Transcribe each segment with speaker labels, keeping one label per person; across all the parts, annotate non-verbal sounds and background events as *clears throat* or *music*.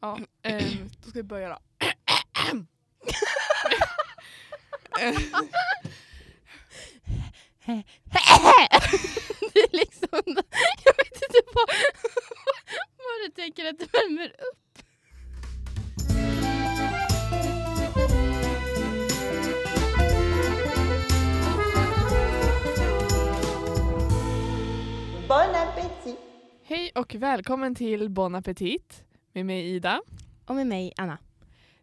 Speaker 1: Ja, *clears throat* ehm, då ska vi börja då.
Speaker 2: *laughs* det är liksom, jag vet inte vad, vad du tänker att du värmer upp.
Speaker 3: Bon appétit!
Speaker 1: Hej och välkommen till Bon Appetit med mig Ida.
Speaker 2: Och med mig Anna.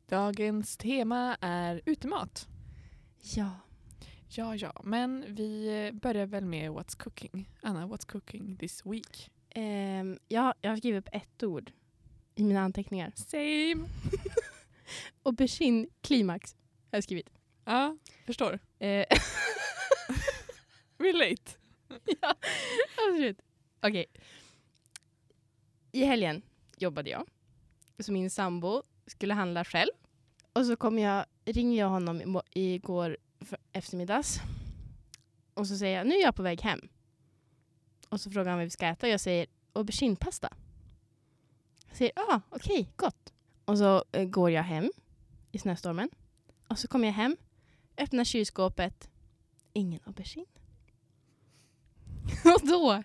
Speaker 1: Dagens tema är utemat.
Speaker 2: Ja.
Speaker 1: Ja, ja, men vi börjar väl med What's cooking? Anna, what's cooking this week?
Speaker 2: Ehm, ja, jag har skrivit upp ett ord i mina anteckningar.
Speaker 1: Same!
Speaker 2: Aubergine klimax har jag skrivit.
Speaker 1: Ja, förstår.
Speaker 2: Eh, *laughs*
Speaker 1: Relate.
Speaker 2: ja, absolut. Okej. I helgen jobbade jag. Så min sambo skulle handla själv. Och så kom jag, ringer jag honom imo- igår för- eftermiddags. Och så säger jag, nu är jag på väg hem. Och så frågar han vad vi ska äta och jag säger auberginepasta. Jag säger, ja ah, okej, gott. Och så eh, går jag hem i snöstormen. Och så kommer jag hem, öppnar kylskåpet, ingen aubergine. *laughs* Och då,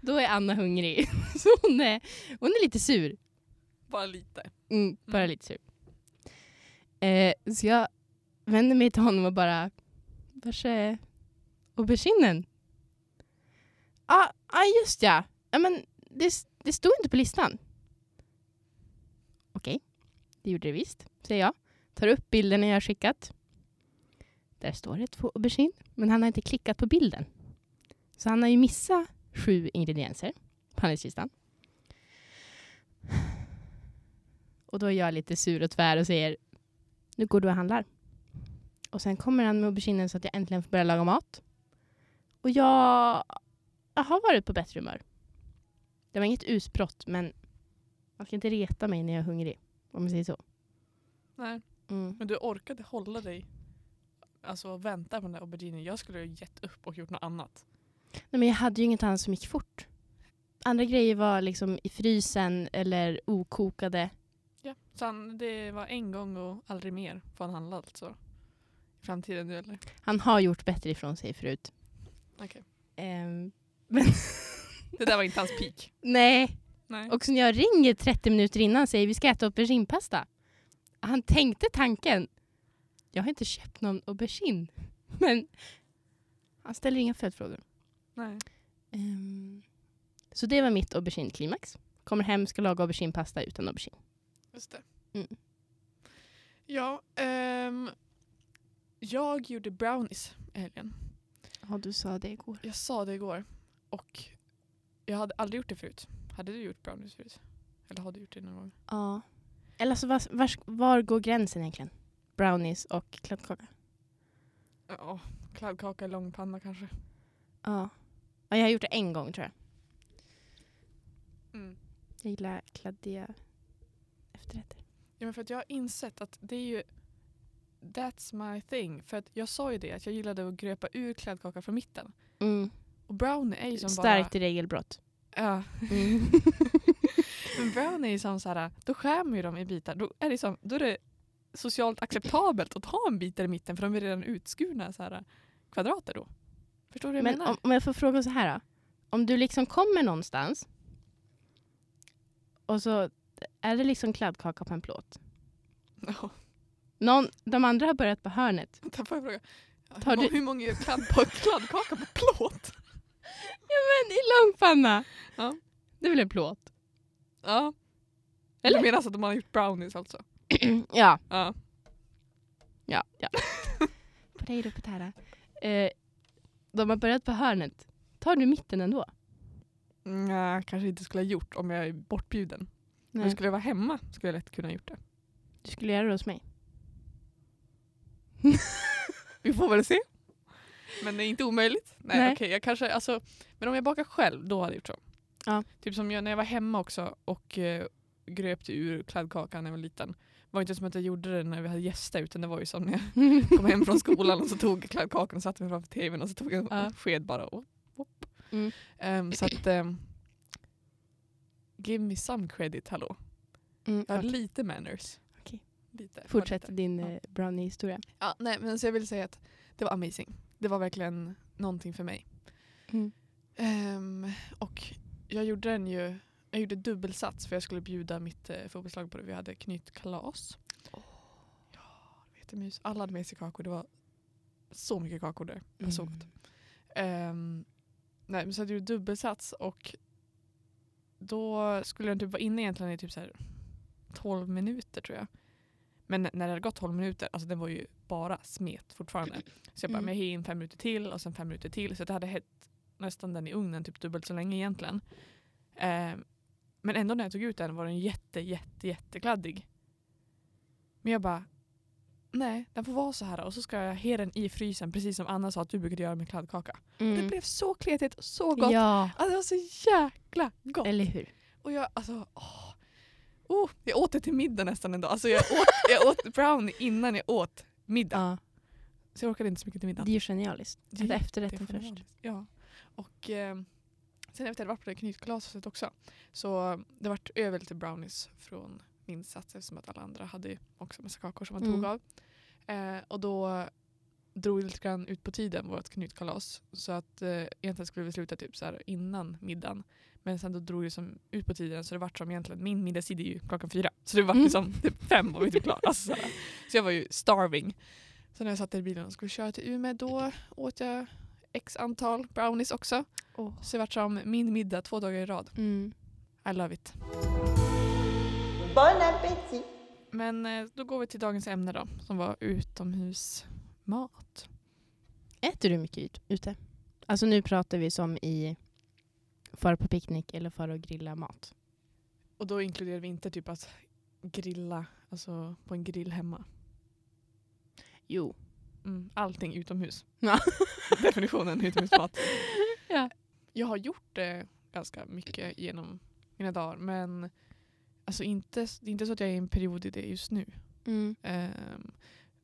Speaker 2: då är Anna hungrig. *laughs* Så hon är, hon är lite sur.
Speaker 1: Bara lite.
Speaker 2: Mm, bara
Speaker 1: Mm.
Speaker 2: lite sur. Eh, så jag vänder mig till honom och bara, vars är auberginen? Ja, ah, ah, just ja. ja men det, s- det stod inte på listan. Okej, det gjorde det visst, säger jag. Tar upp bilden jag har skickat. Där står det två aubergine, men han har inte klickat på bilden. Så han har ju missat sju ingredienser på handelslistan. Och då är jag lite sur och tvär och säger Nu går du och handlar. Och sen kommer han med auberginen så att jag äntligen får börja laga mat. Och jag, jag har varit på bättre humör. Det var inget utbrott men man ska inte reta mig när jag är hungrig. Om man säger så.
Speaker 1: Nej. Men du orkade hålla dig Alltså och vänta på den där auberginen. Jag skulle ha gett upp och gjort något annat.
Speaker 2: Nej, men jag hade ju inget annat som gick fort. Andra grejer var liksom i frysen eller okokade.
Speaker 1: Ja. Så han, det var en gång och aldrig mer får han handla alltså. I framtiden nu eller?
Speaker 2: Han har gjort bättre ifrån sig förut.
Speaker 1: Okej.
Speaker 2: Ehm,
Speaker 1: Det där var inte hans peak.
Speaker 2: nej,
Speaker 1: Nej.
Speaker 2: Och så när jag ringer 30 minuter innan och säger vi ska äta auberginepasta. Han tänkte tanken. Jag har inte köpt någon aubergine. *laughs* Men han ställer inga följdfrågor.
Speaker 1: Nej.
Speaker 2: Ehm, så det var mitt aubergine-klimax. Kommer hem, ska laga auberginepasta utan aubergine.
Speaker 1: Just det.
Speaker 2: Mm.
Speaker 1: Ja, ehm, jag gjorde brownies i helgen.
Speaker 2: Ja, du sa det igår.
Speaker 1: Jag sa det igår och jag hade aldrig gjort det förut. Hade du gjort brownies förut? Eller har du gjort det någon gång?
Speaker 2: Ja. Eller så var, var, var går gränsen egentligen? Brownies och kladdkaka?
Speaker 1: Ja, kladdkaka, långpanna kanske.
Speaker 2: Ja. ja. Jag har gjort det en gång tror jag.
Speaker 1: Mm.
Speaker 2: Jag gillar kladdiga efterrätter.
Speaker 1: Ja, men för att jag har insett att det är ju That's my thing. För att jag sa ju det, att jag gillade att gröpa ur kladdkaka från mitten.
Speaker 2: Mm.
Speaker 1: Och brownie är ju som
Speaker 2: Starkt *laughs* regelbrott.
Speaker 1: bara... Ja,
Speaker 2: Mm.
Speaker 1: men brownie är ju som så här, då skär man ju dem i bitar. Då är det, som, då är det socialt acceptabelt att ha en bit där i mitten för de är redan utskurna så här, kvadrater då. Förstår du vad jag
Speaker 2: Men
Speaker 1: menar?
Speaker 2: om, om jag får fråga så här då. Om du liksom kommer någonstans och så är det liksom kladdkaka på en plåt.
Speaker 1: *laughs* Ja,
Speaker 2: Någon, de andra har börjat på hörnet.
Speaker 1: vänta, får jag fråga? Ja, hur,
Speaker 2: Tar du-
Speaker 1: många, hur många gör kladd på, kladdkaka på
Speaker 2: *laughs*
Speaker 1: plåt?
Speaker 2: Ja men i långpanna!
Speaker 1: Ja.
Speaker 2: Det är väl en plåt?
Speaker 1: Ja. Eller menar alltså att de har gjort brownies alltså?
Speaker 2: *clears throat* ja.
Speaker 1: Ja.
Speaker 2: Ja. ja. på dig då Petara. Eh, de har börjat på hörnet. Tar du mitten ändå?
Speaker 1: Mm, Nej, kanske inte skulle ha gjort om jag är bortbjuden. Men skulle jag vara hemma skulle jag lätt kunna ha gjort det.
Speaker 2: Du skulle göra det hos mig.
Speaker 1: Vi får väl se. Men det är inte omöjligt. Nej,
Speaker 2: Nej.
Speaker 1: okej. jag kanske, alltså, men om jag bakar själv, då hade jag gjort så.
Speaker 2: Ja.
Speaker 1: Typ som jag, när jag var hemma också och eh, gröpte ur kladdkakan när jag var liten. Det var inte som att jag gjorde det när vi hade gäster utan det var ju som när
Speaker 2: *laughs*
Speaker 1: jag kom hem från skolan och så tog jag kladdkakan och satte mig framför tvn och så tog jag en
Speaker 2: Ja.
Speaker 1: sked bara. Och, hopp.
Speaker 2: Mm.
Speaker 1: Ehm, så att, ehm, give me some credit, hallå.
Speaker 2: Mm,
Speaker 1: Jag har
Speaker 2: okej.
Speaker 1: lite manners.
Speaker 2: Okej.
Speaker 1: Lite, bara
Speaker 2: Fortsätt
Speaker 1: lite.
Speaker 2: din
Speaker 1: Ja.
Speaker 2: eh, brownie-historia.
Speaker 1: Ja, nej, men så jag vill säga att det var amazing. Det var verkligen någonting för mig.
Speaker 2: Mm.
Speaker 1: Ehm, och jag gjorde den ju, jag gjorde dubbelsats för jag skulle bjuda mitt eh, fotbollslag på det. Vi hade knytkalas. Ja, det var jättemys. Alla hade med sig kakor. Det var så mycket kakor där. Det var så
Speaker 2: Mm.
Speaker 1: gott. Ehm, nej, men så jag gjorde dubbelsats och då skulle den typ vara inne egentligen i typ så här 12 minuter tror jag. Men när det hade gått 12 minuter, alltså den var ju bara smet fortfarande. Så jag bara,
Speaker 2: Mm.
Speaker 1: men jag hinner in fem minuter till och sen fem minuter till. Så att jag hade hett nästan den i ugnen typ dubbelt så länge egentligen. Ehm, men ändå när jag tog ut den var den jätte, jätte, jättekladdig. Men jag bara, nej den får vara så här och så ska jag ha den i frysen precis som Anna sa att du brukade göra med kladdkaka. Det
Speaker 2: Mm.
Speaker 1: blev så kletigt och så gott.
Speaker 2: Ja,
Speaker 1: Alltså det var så jäkla gott.
Speaker 2: eller hur?
Speaker 1: Och jag alltså, åh. Oh, jag åt det till middag nästan en dag. Alltså jag åt, jag åt brownie innan jag åt middag.
Speaker 2: Ja.
Speaker 1: Så jag orkade inte så mycket till middagen.
Speaker 2: Det är ju genialiskt.
Speaker 1: Det är
Speaker 2: Äta
Speaker 1: Det
Speaker 2: efterrätten
Speaker 1: får man
Speaker 2: först.
Speaker 1: göra. Ja. Och eh, sen efter att jag hade varit på det knytglaset också så det vart över lite brownies från min sats eftersom att alla andra hade ju också massa kakor som man
Speaker 2: Mm.
Speaker 1: tog av. Eh, och då drog det lite grann ut på tiden vårt knytkalas. Så att eh, egentligen skulle vi sluta typ så här innan middagen. Men sen då drog det som ut på tiden så det vart som egentligen, min middagstid är ju klockan fyra. Så det vart
Speaker 2: Mm.
Speaker 1: liksom typ fem var vi typ klara. Alltså, *laughs* så, här. så jag var ju starving. Så när jag satt i bilen och skulle köra till Umeå då åt jag x antal brownies också.
Speaker 2: Åh.
Speaker 1: Så det vart som min middag två dagar i rad.
Speaker 2: Mm.
Speaker 1: I love it.
Speaker 3: Bon appétit
Speaker 1: Men eh, då går vi till dagens ämne då som var utomhusmat.
Speaker 2: Äter du mycket ut- ute? Alltså nu pratar vi som i fara på picknick eller fara och grilla mat.
Speaker 1: Och då inkluderar vi inte typ att grilla, alltså på en grill hemma.
Speaker 2: Jo.
Speaker 1: Mm, allting utomhus.
Speaker 2: Ja.
Speaker 1: *laughs* Definitionen utomhusmat.
Speaker 2: *laughs* Ja.
Speaker 1: Jag har gjort det ganska mycket genom mina dagar men alltså inte, det är inte så att jag är i en period i det just nu.
Speaker 2: Mm.
Speaker 1: Ehm,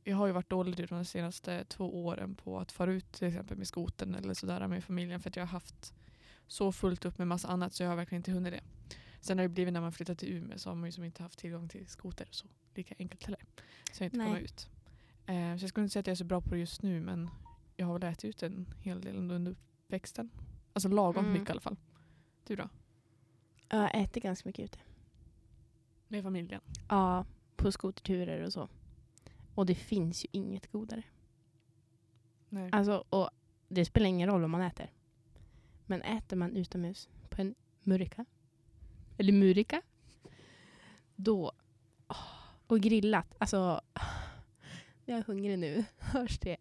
Speaker 1: jag har ju varit dålig de senaste två åren på att fara ut till exempel med skoten eller sådär med familjen för att jag har haft så fullt upp med massa annat så jag har verkligen inte hunnit det. Sen har det blivit när man flyttat till Umeå så har man ju som inte haft tillgång till skoter så lika enkelt heller. Så jag har inte
Speaker 2: Nej.
Speaker 1: kommit ut. Ehm, så jag skulle inte säga att jag är så bra på det just nu men jag har väl ätit ut en hel del under uppväxten. Alltså lagom
Speaker 2: Mm.
Speaker 1: mycket i alla fall. Du då?
Speaker 2: Jag äter ganska mycket ute.
Speaker 1: Med familjen?
Speaker 2: Ja, på skoterturer och så. Och det finns ju inget godare.
Speaker 1: Nej.
Speaker 2: Alltså, och det spelar ingen roll om man äter. Men äter man utomhus på en murika, eller murika, då... åh, Och grillat, alltså... Jag är hungrig nu, *laughs* hörs det?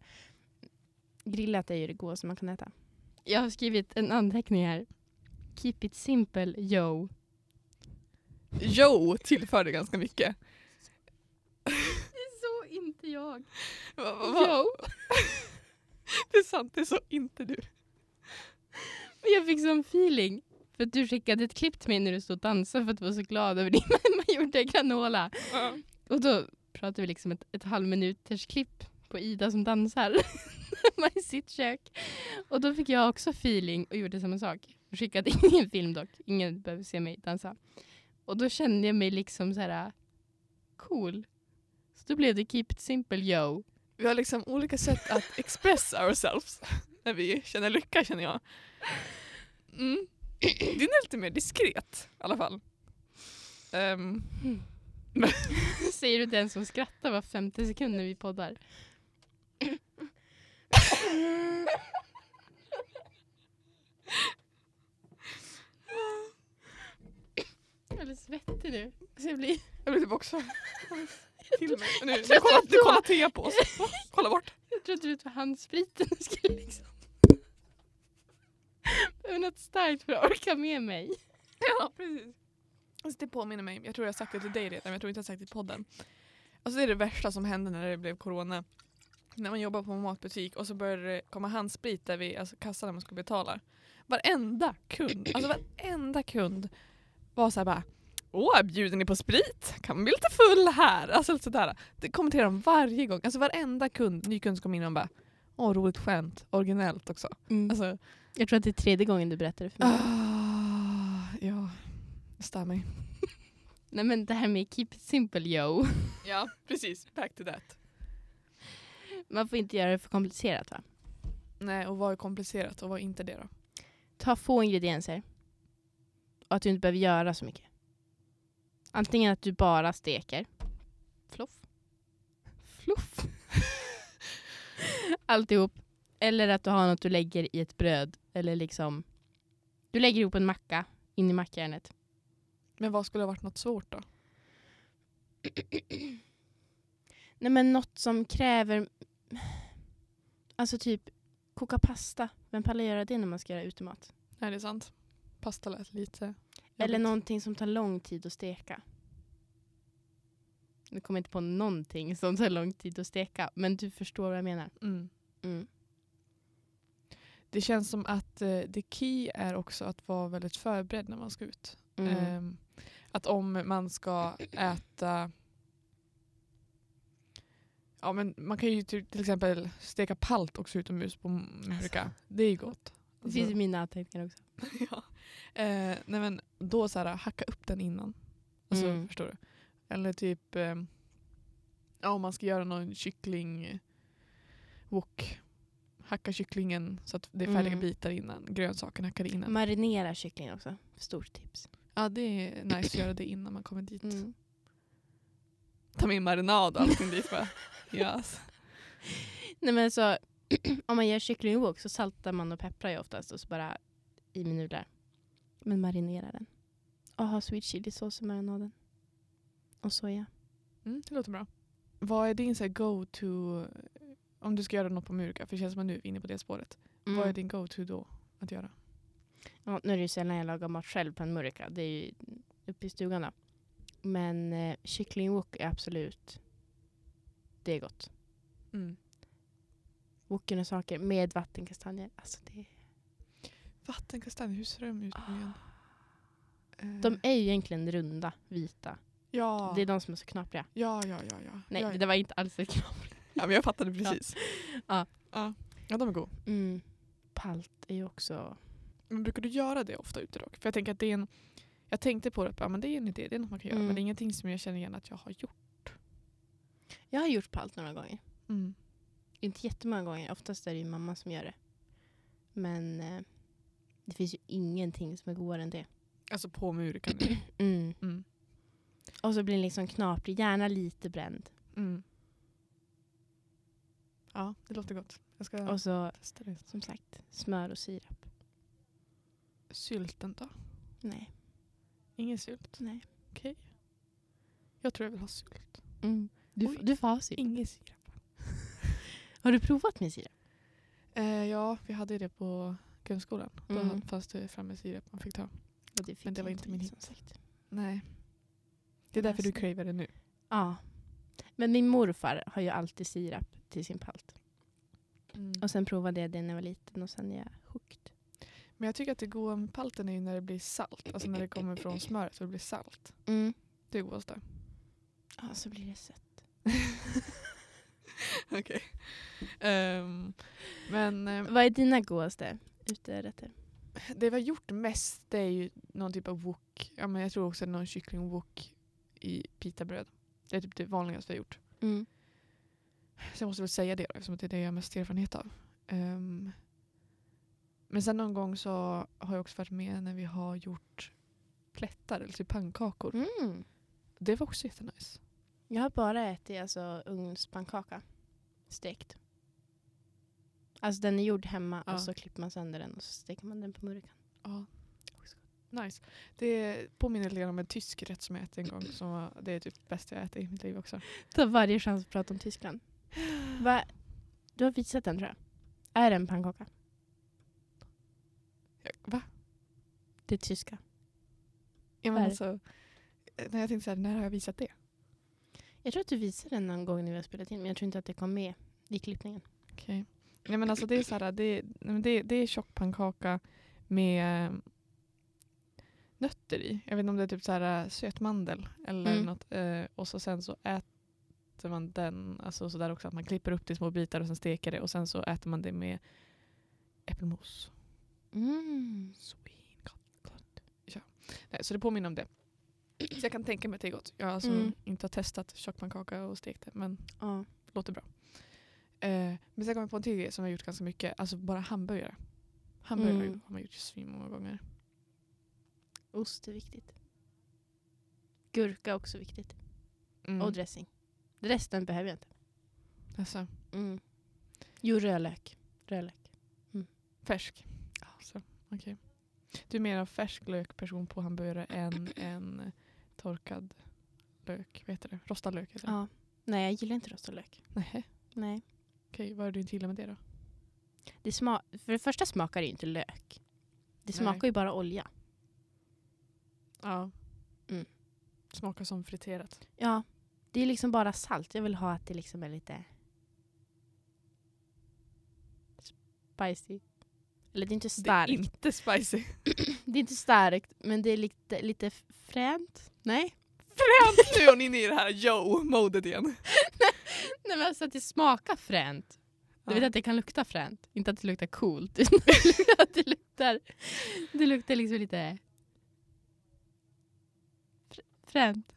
Speaker 2: Grillat är ju det godaste man kan äta. Jag har skrivit en anteckning här. Keep it simple, yo.
Speaker 1: Jo tillförde ganska mycket.
Speaker 2: Det är så inte jag.
Speaker 1: Va, va, va?
Speaker 2: Yo.
Speaker 1: *laughs* Det är sant, det är så inte du.
Speaker 2: Men jag fick sån feeling. För att du skickade ett klipp till mig när du stod och dansade för att du var så glad över din mamma *laughs* gjorde granola. Och då pratade vi liksom ett, ett halvminuters klipp på Ida som dansar *laughs* hemma i sitt kök. Och då fick jag också feeling och gjorde samma sak. Jag skickade ingen film dock, ingen behöver se mig dansa. Och då kände jag mig liksom så här cool. Så då blev det keep it simple yo. *laughs*
Speaker 1: Vi har liksom olika sätt att express ourselves när vi känner lycka känner jag. Mm. Din är lite mer diskret i alla fall. Ehm,
Speaker 2: Säger du den som skrattar var femte sekund när vi poddar. Jag är lite svettig nu. Så jag blir...
Speaker 1: jag blir typ *laughs* också till mig. Nu, nu,
Speaker 2: tror att
Speaker 1: kollar, nu
Speaker 2: jag-
Speaker 1: kollar Thea *laughs* på oss. Va? Kolla bort.
Speaker 2: Jag trodde du tog handspriten och skulle liksom... *laughs* Behöver något starkt för att orka med mig.
Speaker 1: *laughs* Ja, precis. Alltså, det påminner mig, jag tror jag har sagt det till dig redan men jag tror inte jag har sagt det i podden. Alltså det är det värsta som hände när det blev corona. När man jobbar på en matbutik och så började det komma handsprit där vid alltså, kassan när man skulle betala. Varenda kund, alltså varenda kund var så här bara Åh, bjuder ni på sprit? Kan man bli lite full här? Alltså lite sådär. Det kommenterar de varje gång. Alltså varenda kund, ny kund som kom in och bara Åh, roligt skämt. Originellt också. Alltså,
Speaker 2: Jag tror att Ah. det är tredje gången du berättar det för mig.
Speaker 1: Ah, ja, stör mig.
Speaker 2: Nej men det här med keep it simple yo.
Speaker 1: Ja, precis. Back to that.
Speaker 2: *laughs* Man får inte göra det för komplicerat va?
Speaker 1: Nej, och vad är komplicerat och vad är inte det då?
Speaker 2: Ta få ingredienser. Och att du inte behöver göra så mycket. Antingen att du bara steker. Fluff. Fluff. *laughs* Alltihop. Eller att du har något du lägger i ett bröd. Eller liksom. Du lägger ihop en macka in i mackjärnet.
Speaker 1: Men vad skulle ha varit något svårt då?
Speaker 2: Nej men något som kräver... *sighs* Alltså typ koka pasta. Vem pallar göra det när man ska göra utemat?
Speaker 1: Nej, det är sant. Pasta lät lite
Speaker 2: Eller
Speaker 1: jobbigt.
Speaker 2: någonting som tar lång tid att steka. Nu kommer jag inte på någonting som tar lång tid att steka. Men du förstår vad jag menar.
Speaker 1: Mm.
Speaker 2: Mm.
Speaker 1: Det känns som att eh, the key är också att vara väldigt förberedd när man ska ut.
Speaker 2: Eh, Mm.
Speaker 1: Ehm, att om man ska äta... Ja, men man kan ju till, till exempel steka palt också utomhus på mörka. Det är ju gott.
Speaker 2: det finns i mina anteckningar också.
Speaker 1: *laughs* ja. eh, nej men då så här, hacka upp den innan. Alltså,
Speaker 2: Mm.
Speaker 1: Förstår du? Eller typ eh, ja, om man ska göra någon kyckling wok. Hacka kycklingen så att det är färdiga
Speaker 2: Mm.
Speaker 1: bitar innan. Grönsaken hackade innan.
Speaker 2: Marinera kycklingen också. Stort tips.
Speaker 1: ja det är nice att göra det innan man kommer dit.
Speaker 2: Mm.
Speaker 1: Ta med marinad och allting dit
Speaker 2: *laughs*
Speaker 1: bara. Yes.
Speaker 2: Nej men så, *clears throat* om man gör kycklingwok så saltar man och pepprar ju oftast och så bara i med nudlar. Men marinera den. Och ha sweet chili sås i marinaden. Och soja.
Speaker 1: Mm, det låter bra. Vad är din så här, go-to om du ska göra något på Murka? För det känns som att nu är vi inne på det spåret. Vad
Speaker 2: Mm.
Speaker 1: är din go-to då att göra?
Speaker 2: ja, nu är det ju sällan jag lagar mat själv på en murka. Det är ju uppe i stugan då. Men eh, kycklingwok är absolut, det är gott.
Speaker 1: Mm.
Speaker 2: Woken och saker med vattenkastanjer. Alltså det är,
Speaker 1: Vattenkastanjer, hur ser de ut nu igen? Eh,
Speaker 2: Ah. de är ju egentligen runda, vita.
Speaker 1: ja,
Speaker 2: Det är de som är så knapriga.
Speaker 1: ja, ja, ja, ja.
Speaker 2: Nej,
Speaker 1: ja,
Speaker 2: det var inte alls ett
Speaker 1: ja, men jag fattade precis.
Speaker 2: Ja.
Speaker 1: Ja. ja, de är goda.
Speaker 2: Mm. Palt är ju också...
Speaker 1: Men brukar du göra det ofta ute dock? För jag tänker att det är en... Jag tänkte på det, ja, men det är en idé, det är något man kan göra.
Speaker 2: Mm.
Speaker 1: Men det är ingenting som jag känner igen att jag har gjort.
Speaker 2: Jag har gjort palt några gånger.
Speaker 1: Mm.
Speaker 2: Inte jättemånga gånger. Oftast är det ju mamma som gör det. Men eh, det finns ju ingenting som är godare än det.
Speaker 1: Alltså på Murka nu.
Speaker 2: *clears throat* Mm.
Speaker 1: Mm.
Speaker 2: Och så blir den liksom knaprig, gärna lite bränd.
Speaker 1: Mm. Ja, det låter gott. Jag ska
Speaker 2: Och så,
Speaker 1: testa det.
Speaker 2: som sagt, smör och sirap.
Speaker 1: Sylten då?
Speaker 2: Nej.
Speaker 1: Ingen sylt?
Speaker 2: Nej.
Speaker 1: Okej. Jag tror jag vill ha sylt.
Speaker 2: Mm. Du,
Speaker 1: Oj.
Speaker 2: f- du får ha sirap.
Speaker 1: Ingen sirap.
Speaker 2: Har du provat med sirap?
Speaker 1: Eh, ja, vi hade ju det på grundskolan. Då
Speaker 2: Mm.
Speaker 1: hade- fanns det framme sirap man fick ta.
Speaker 2: fick
Speaker 1: Men det var
Speaker 2: jag
Speaker 1: inte min
Speaker 2: i,
Speaker 1: hit.
Speaker 2: som sagt.
Speaker 1: Nej. Det är därför du cravar det nu.
Speaker 2: Ja. Men min morfar har ju alltid sirap till sin palt.
Speaker 1: Mm.
Speaker 2: Och sen provade jag det när jag var liten och sen är jag hooked.
Speaker 1: Men jag tycker att det goda med palten är ju när det blir salt. Alltså när det kommer *laughs* från smöret och det blir salt.
Speaker 2: Mm.
Speaker 1: Det är godast det.
Speaker 2: Ja, så blir det sött.
Speaker 1: *laughs* Okej. Ehm, men ehm,
Speaker 2: Vad är dina godaste uterätter?
Speaker 1: det vi har gjort mest det är ju någon typ av wok. Ja, men jag tror också någon kycklingwok i pitabröd. Det är typ det vanligaste vi har gjort.
Speaker 2: Mm.
Speaker 1: Så Alltså, jag måste väl säga det då, eftersom det är det jag har mest erfarenhet av. Ehm, men sen någon gång så har jag också varit med när vi har gjort plättar, eller typ pannkakor. Det var också jättenice.
Speaker 2: Mm. Jag har bara ätit alltså, ugnspannkaka. Stekt. Alltså den är gjord hemma
Speaker 1: Ja.
Speaker 2: och så klipper man sönder den och så steker man den på murkan.
Speaker 1: Ja. Nice. Det påminner lite grann om en tysk rätt som jag ätit en gång. Som var, det är typ det bästa jag ätit i mitt liv också.
Speaker 2: *laughs* Ta varje chans att prata om Tyskland. *gasps* Va? Du har visat den tror jag. Är det en pannkaka?
Speaker 1: Jag, va?
Speaker 2: Det är tyska.
Speaker 1: Jag,
Speaker 2: Vad
Speaker 1: men
Speaker 2: är det?
Speaker 1: alltså, när jag tänkte så här, när har jag visat det?
Speaker 2: Jag tror att du visade den någon gång när vi har spelat in men jag tror inte att det kom med i klippningen.
Speaker 1: Okej. Nej men alltså det är så här, det, nej, men det, det är tjockpannkaka med eh, nötter i. Jag vet inte om det är typ så här eh, sötmandel eller
Speaker 2: Mm.
Speaker 1: något. Eh, och så sen så äter man den, alltså så där också att man klipper upp det i små bitar och sen steker det och sen så äter man det med äppelmos.
Speaker 2: Mm.
Speaker 1: Svingott. Ja. Nej, så det påminner om det. Så jag kan tänka mig att det är gott. Jag har alltså
Speaker 2: Mm.
Speaker 1: inte har testat tjockpannkaka och stekt det men
Speaker 2: Ja.
Speaker 1: låter bra. Eh, men sen kom jag på en till grej som jag har gjort ganska mycket. Alltså bara hamburgare. Hamburgare
Speaker 2: Mm.
Speaker 1: har man gjort svinmånga gånger.
Speaker 2: Ost är viktigt. Gurka är också viktigt.
Speaker 1: Mm.
Speaker 2: Och dressing. Resten behöver jag inte.
Speaker 1: alltså,
Speaker 2: Mm. Jo, rödlök. Rödlök.
Speaker 1: färsk. Så, okej. Du är mer av färsk lökperson på hamburgare
Speaker 2: *clears throat*
Speaker 1: än en torkad lök. Vad heter det? Rostad lök heter det.
Speaker 2: Ja. Nej, jag gillar inte rostad lök.
Speaker 1: Nej.
Speaker 2: Nej.
Speaker 1: Okej, vad är det du inte gillar med det då?
Speaker 2: Det sma- för det första smakar det ju inte lök.
Speaker 1: Nej.
Speaker 2: Det smakar ju bara olja.
Speaker 1: Ja.
Speaker 2: Mm.
Speaker 1: Smakar som friterat.
Speaker 2: Ja, det är liksom bara salt. Jag vill ha att det liksom är lite spicy. Eller det är inte starkt. *clears throat*
Speaker 1: Det är inte spicy.
Speaker 2: inte starkt, men det är lite, lite fränt. Nej.
Speaker 1: Fränt! Nu är hon inne i det här yo-modet igen.
Speaker 2: Nej men alltså att det smakar fränt. Du
Speaker 1: Ja.
Speaker 2: vet att det kan lukta fränt. Inte att det luktar coolt. *laughs* utan att det luktar, det luktar liksom lite fr- fränt.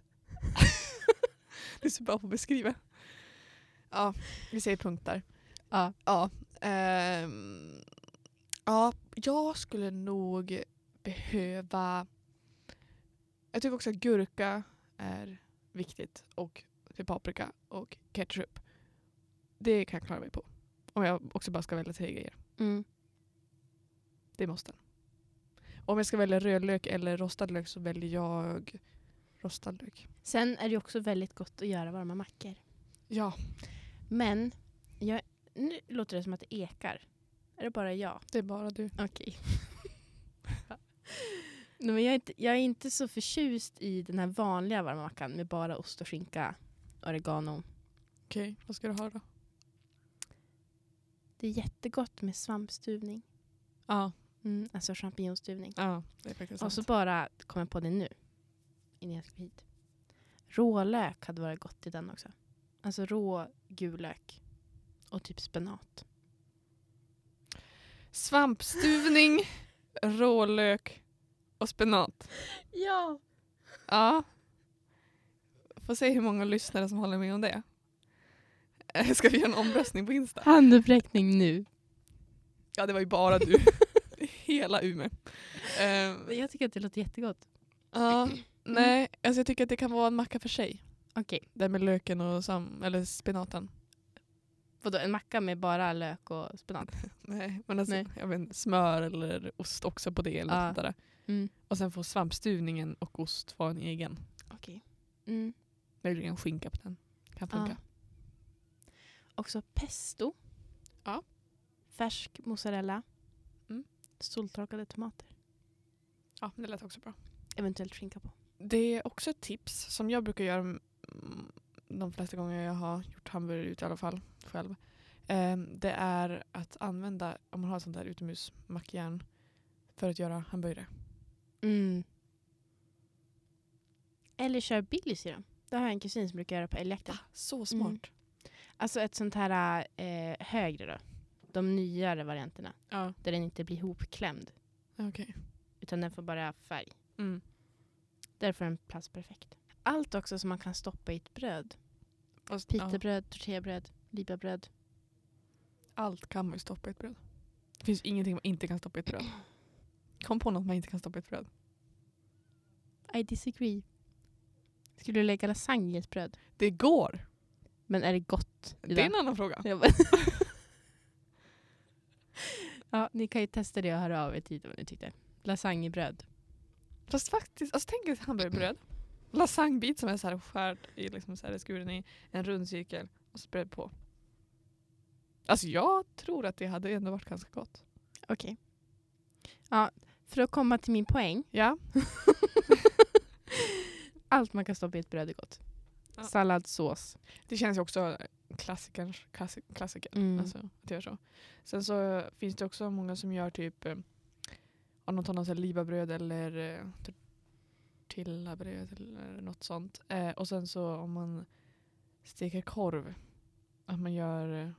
Speaker 1: Du är så bra på att beskriva. Ja, vi säger punkt där.
Speaker 2: Ja.
Speaker 1: Ja, ehm, ja, jag skulle nog behöva... Jag tycker också att gurka är viktigt och typ paprika och ketchup. Det kan jag klara mig på. Om jag också bara ska välja tre grejer.
Speaker 2: Mm.
Speaker 1: Det måste Om jag ska välja rödlök eller rostad lök så väljer jag rostad lök.
Speaker 2: Sen är det också väldigt gott att göra varma mackor.
Speaker 1: Ja,
Speaker 2: Men, jag, nu låter det som att det ekar. Är det bara jag?
Speaker 1: det är bara du.
Speaker 2: Okej. Nej, men jag, är inte, jag är inte så förtjust i den här vanliga varma mackan med bara ost och skinka och oregano.
Speaker 1: Okej, vad ska du ha då?
Speaker 2: Det är jättegott med svampstuvning.
Speaker 1: Ja,
Speaker 2: Mm, alltså champinjonstuvning.
Speaker 1: ja Alltså, det är faktiskt
Speaker 2: Och så
Speaker 1: sant.
Speaker 2: bara kom jag på det nu. Innan jag skulle hit. Rålök hade varit gott i den också. Alltså rå gul lök. Och typ spenat.
Speaker 1: Svampstuvning, *laughs* rålök och spenat.
Speaker 2: Ja!
Speaker 1: Ja. Får se hur många lyssnare som håller med om det. Eh, Ska vi göra en omröstning på Insta?
Speaker 2: Handuppräckning nu.
Speaker 1: Ja, det var ju bara *laughs* du. Hela Umeå. Eh,
Speaker 2: Jag tycker att det låter jättegott.
Speaker 1: ja, nej, alltså jag tycker att det kan vara en macka för sig.
Speaker 2: Okej.
Speaker 1: Det med löken och sam- eller spenaten.
Speaker 2: Vadå, en macka med bara lök och spenat?
Speaker 1: Nej, men alltså,
Speaker 2: Nej.
Speaker 1: Jag vet, inte, smör eller ost också på det. Eller
Speaker 2: Ja.
Speaker 1: något sånt där.
Speaker 2: Mm.
Speaker 1: Och sen får svampstuvningen och ost vara en egen.
Speaker 2: Okej. Mm.
Speaker 1: Möjligen skinka på den. Kan funka.
Speaker 2: Också pesto.
Speaker 1: Ja.
Speaker 2: Färsk mozzarella.
Speaker 1: Mm.
Speaker 2: Soltorkade tomater.
Speaker 1: Ja, det lät också bra.
Speaker 2: Eventuellt skinka på.
Speaker 1: Det är också ett tips som jag brukar göra mm, de flesta gånger jag har gjort hamburgare ut i alla fall själv. Ehm, Det är att använda, om man har ett sånt där utomhusmackjärn, för att göra hamburgare.
Speaker 2: Mm. Eller kör Billys i dem. Det har jag en kusin som brukar göra på älgjakten.
Speaker 1: Ah, Så smart.
Speaker 2: Alltså ett sånt här eh, högre då. De nyare varianterna.
Speaker 1: Ja,
Speaker 2: Där den inte blir hopklämd.
Speaker 1: okej.
Speaker 2: Utan den får bara färg.
Speaker 1: Mm.
Speaker 2: Där får den plats perfekt. Allt också som man kan stoppa i ett bröd.
Speaker 1: Fast, ja,
Speaker 2: Pitabröd, tortillabröd, libabröd.
Speaker 1: allt kan man ju stoppa i ett bröd. Det finns ingenting man inte kan stoppa i ett *clears throat* bröd. Kom på något man inte kan stoppa i ett bröd.
Speaker 2: I disagree. Skulle du lägga lasagne i ett bröd?
Speaker 1: Det går!
Speaker 2: Men är det gott? i
Speaker 1: Det är en annan fråga.
Speaker 2: Jag bara- *laughs* ja, ni kan ju testa det och höra av er tid vad ni tyckte. Lasagnebröd.
Speaker 1: Fast faktiskt, alltså tänk ett hamburgerbröd. Lasagnebröd som är så här skärt i, liksom så här skuren i en rund cirkel och spread på. Alltså jag tror att det hade ändå varit ganska gott.
Speaker 2: Okej. Ja, för att komma till min poäng.
Speaker 1: Ja.
Speaker 2: Allt man kan stoppa i ett bröd är gott.
Speaker 1: Ja.
Speaker 2: Sallad, sås.
Speaker 1: Det känns ju också klassikern, klassik, klassiker.
Speaker 2: Mm,
Speaker 1: Alltså, att göra så. Sen så finns det också många som gör typ eh, om de tar någon sån här libabröd alltså eller eh, tortillabröd eller något sånt. Eh, och sen så om man steker korv, att man gör eh,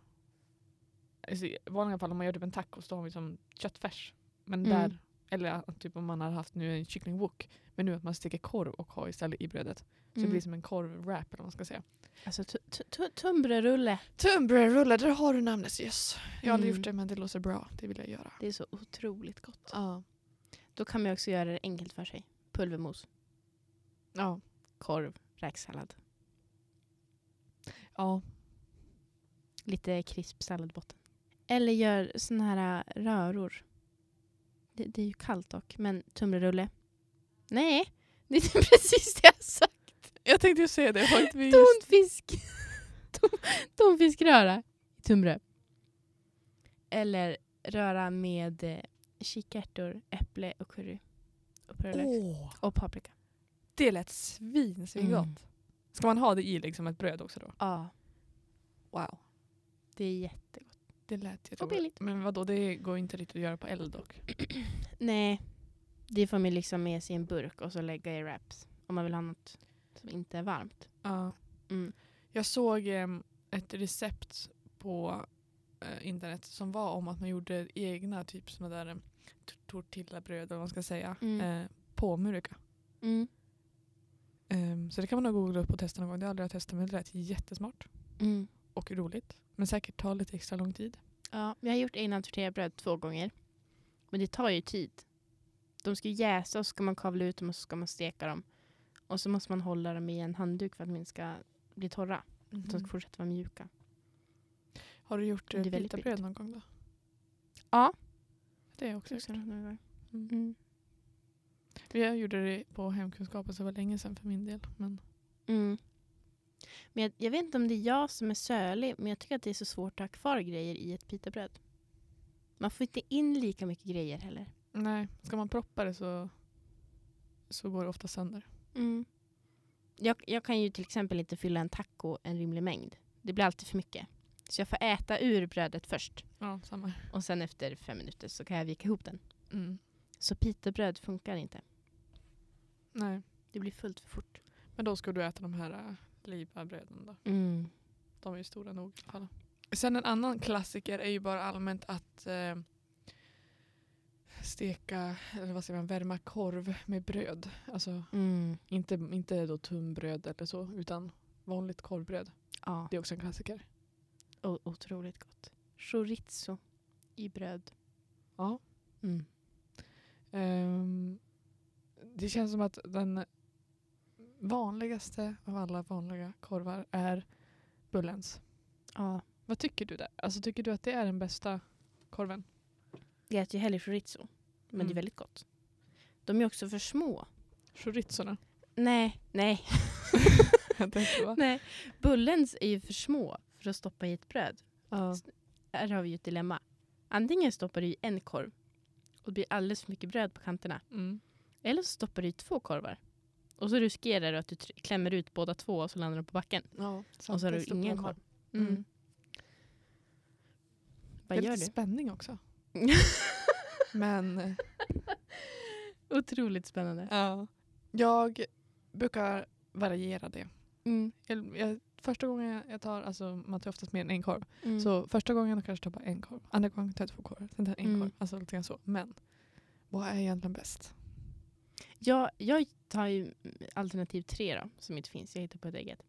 Speaker 1: alltså, i vanliga fall om man gör typ en tacos då har vi som köttfärs. Men
Speaker 2: Mm.
Speaker 1: där Eller att typ om man har haft nu en kycklingwok. Men nu att man steker korv och har istället i brödet. Så
Speaker 2: mm.
Speaker 1: det blir som en korvwrap eller vad man ska säga.
Speaker 2: Alltså tu- tu- tu- tunnbrödsrulle.
Speaker 1: Tunnbrödsrullar, där har du namnet. Yes. Jag har aldrig
Speaker 2: Mm.
Speaker 1: gjort det men det låter bra. Det vill jag göra.
Speaker 2: Det är så otroligt gott.
Speaker 1: Ja.
Speaker 2: Då kan man ju också göra det enkelt för sig. Pulvermos,
Speaker 1: Ja.
Speaker 2: korv, räksallad.
Speaker 1: ja.
Speaker 2: Lite krisp salladbotten. Eller gör såna här äh, röror. Det, det är ju kallt dock, men tunnbrödsrulle. Nej, *laughs* det är precis det jag sa.
Speaker 1: Jag tänkte ju säga det. Har inte vi just...
Speaker 2: Tonfisk. *laughs* Ton- Tonfiskröra i tunnbröd. Eller röra med eh, kikärtor, äpple och curry. Och purjolök.
Speaker 1: Åh,
Speaker 2: Och paprika.
Speaker 1: det lät svin, svingott.
Speaker 2: Mm.
Speaker 1: Ska man ha det i liksom ett bröd också då?
Speaker 2: Ja,
Speaker 1: Wow.
Speaker 2: det är jättegott.
Speaker 1: Det lät
Speaker 2: Och
Speaker 1: jättegott.
Speaker 2: billigt.
Speaker 1: Men vadå, det går inte riktigt att göra på eld dock.
Speaker 2: Nej, det får man liksom med sig i en burk och så lägga i wraps. Om man vill ha något som inte är varmt.
Speaker 1: Ja.
Speaker 2: Mm.
Speaker 1: Jag såg em, ett recept på eh, internet som var om att man gjorde egna typ sådana där eh, t- tortillabröd eller vad man ska säga
Speaker 2: Mm.
Speaker 1: eh, på murika.
Speaker 2: Mm.
Speaker 1: Em, Ehm, så det kan man nog googla upp och testa någon gång. Det har aldrig jag testat men det lät jättesmart
Speaker 2: mm.
Speaker 1: och roligt. Men säkert tar lite extra lång tid.
Speaker 2: Ja, jag har gjort egna tortillabröd bröd två gånger. Men det tar ju tid. De ska ju jäsa och så ska man kavla ut dem och så ska man steka dem. Och så måste man hålla dem i en handduk för att de ska bli torra. så De ska fortsätta vara mjuka.
Speaker 1: Har du gjort
Speaker 2: Mhm. Det
Speaker 1: eh,
Speaker 2: är väldigt
Speaker 1: pitabröd någon gång då?
Speaker 2: Ja.
Speaker 1: Det har jag också gjort.
Speaker 2: Mm.
Speaker 1: Mm. Men Jag gjorde det på hemkunskapen så det var länge sedan för min del. Men
Speaker 2: Mm. Men jag, jag vet inte om det är jag som är sölig, men jag tycker att det är så svårt att ha kvar grejer i ett pitabröd. Man får inte in lika mycket grejer heller.
Speaker 1: nej, ska man proppa det så, så går det ofta sönder.
Speaker 2: Mm. Jag, jag kan ju till exempel inte fylla en taco en rimlig mängd. Det blir alltid för mycket. Så jag får äta ur brödet först
Speaker 1: Ja, samma.
Speaker 2: och sen efter fem minuter så kan jag vika ihop den.
Speaker 1: Mm.
Speaker 2: Så pitabröd funkar inte.
Speaker 1: Nej,
Speaker 2: Det blir fullt för fort.
Speaker 1: men då ska du äta de här äh, livabröden då.
Speaker 2: Mm.
Speaker 1: De är ju stora nog. i alla fall. Sen en annan klassiker är ju bara allmänt att eh, steka, eller vad säger man, värma korv med bröd. Alltså
Speaker 2: Mm.
Speaker 1: inte, inte då tunnbröd eller så, utan vanligt korvbröd.
Speaker 2: Ja,
Speaker 1: Det är också en klassiker.
Speaker 2: o- otroligt gott. Chorizo i bröd. Mm.
Speaker 1: Ja. Ehm, det känns som att den vanligaste av alla vanliga korvar är bullens.
Speaker 2: Ja.
Speaker 1: Vad tycker du där? Alltså tycker du att det är den bästa korven?
Speaker 2: Jag äter ju hellre chorizo. Men det
Speaker 1: Mm.
Speaker 2: är väldigt gott. De är också för små.
Speaker 1: Chorizorna?
Speaker 2: Nej, nej,
Speaker 1: *laughs* Jag tänkte, va?
Speaker 2: nej. Bullens är ju för små för att stoppa i ett bröd.
Speaker 1: Ja.
Speaker 2: Här har vi ju ett dilemma. Antingen stoppar du i en korv och det blir alldeles för mycket bröd på kanterna.
Speaker 1: Mm.
Speaker 2: Eller så stoppar du i två korvar. Och så riskerar du att du tr- klämmer ut båda två och så landar de på backen.
Speaker 1: Ja,
Speaker 2: Och så har du ingen korv. Mm.
Speaker 1: Mm. Det är
Speaker 2: Vad gör
Speaker 1: lite
Speaker 2: du?
Speaker 1: spänning
Speaker 2: *laughs*
Speaker 1: också. Men eh,
Speaker 2: Otroligt spännande.
Speaker 1: ja. jag brukar variera det.
Speaker 2: Mm.
Speaker 1: Jag, jag, första gången jag tar, alltså man tar oftast mer än en korv.
Speaker 2: Mm.
Speaker 1: Så första gången jag kanske tar bara en korv, andra gången tar jag två korvar, sen tar jag en
Speaker 2: Mm.
Speaker 1: korv. Alltså lite grann så. Men vad är egentligen bäst?
Speaker 2: Jag, jag tar ju alternativ tre då, som inte finns. Jag hittar på ett eget.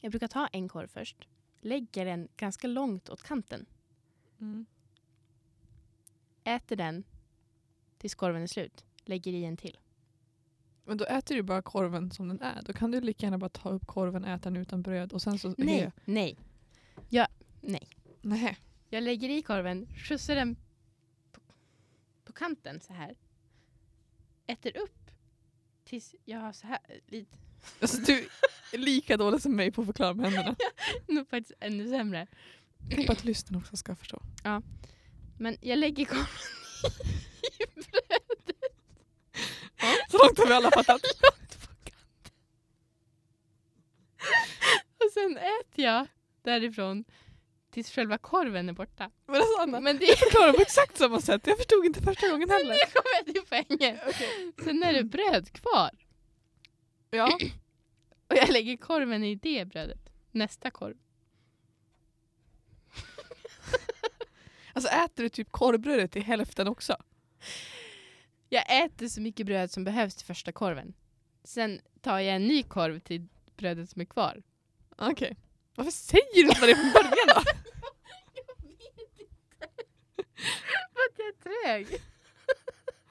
Speaker 2: Jag brukar ta en korv först. Lägger den ganska långt åt kanten. Mm. Äter den tills korven är slut. Lägger i en till.
Speaker 1: Men då äter du bara korven som den är. Då kan du lika gärna bara ta upp korven, äta den utan bröd och sen så...
Speaker 2: Nej, nej.
Speaker 1: Nej.
Speaker 2: Jag lägger i korven, skjutsar den på, på kanten så här. Äter upp tills jag har så här lite. *laughs*
Speaker 1: Alltså du är lika dålig som mig på att förklara med
Speaker 2: *laughs*
Speaker 1: händerna.
Speaker 2: Nog faktiskt ännu sämre.
Speaker 1: Jag hoppas att lyssnarna också ska förstå.
Speaker 2: Men jag lägger korven i brödet.
Speaker 1: Så långt har vi alla fattat.
Speaker 2: Och sen äter jag därifrån tills själva korven är borta.
Speaker 1: Men alltså Anna,
Speaker 2: Men det
Speaker 1: förklara det på exakt samma sätt. Jag förstod inte första gången heller.
Speaker 2: kommer till poängen. Sen är det bröd kvar.
Speaker 1: Ja.
Speaker 2: Och jag lägger korven i det brödet. Nästa korv.
Speaker 1: Alltså äter du typ korvbrödet i hälften också?
Speaker 2: Jag äter så mycket bröd som behövs till första korven. Sen tar jag en ny korv till brödet som är kvar.
Speaker 1: Okej. Varför säger du inte det från början
Speaker 2: *laughs*
Speaker 1: då?
Speaker 2: Jag vet inte. För att jag är trög.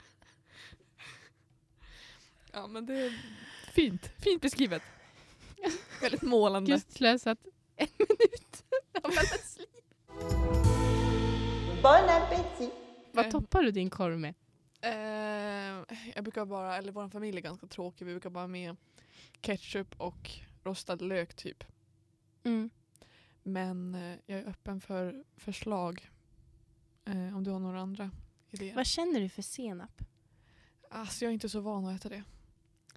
Speaker 1: *laughs* Ja men det är fint. Fint beskrivet. Väldigt målande.
Speaker 2: Gud slösat en minut av allas liv.
Speaker 3: Bon appétit.
Speaker 2: Vad
Speaker 1: Eh,
Speaker 2: toppar du din korv med?
Speaker 1: Eh, jag brukar bara, eller vår familj är ganska tråkig, vi brukar bara ha med ketchup och rostad lök typ.
Speaker 2: Mm.
Speaker 1: Men eh, jag är öppen för förslag. Eh, om du har några andra idéer.
Speaker 2: Vad känner du för senap?
Speaker 1: Alltså jag är inte så van att äta det.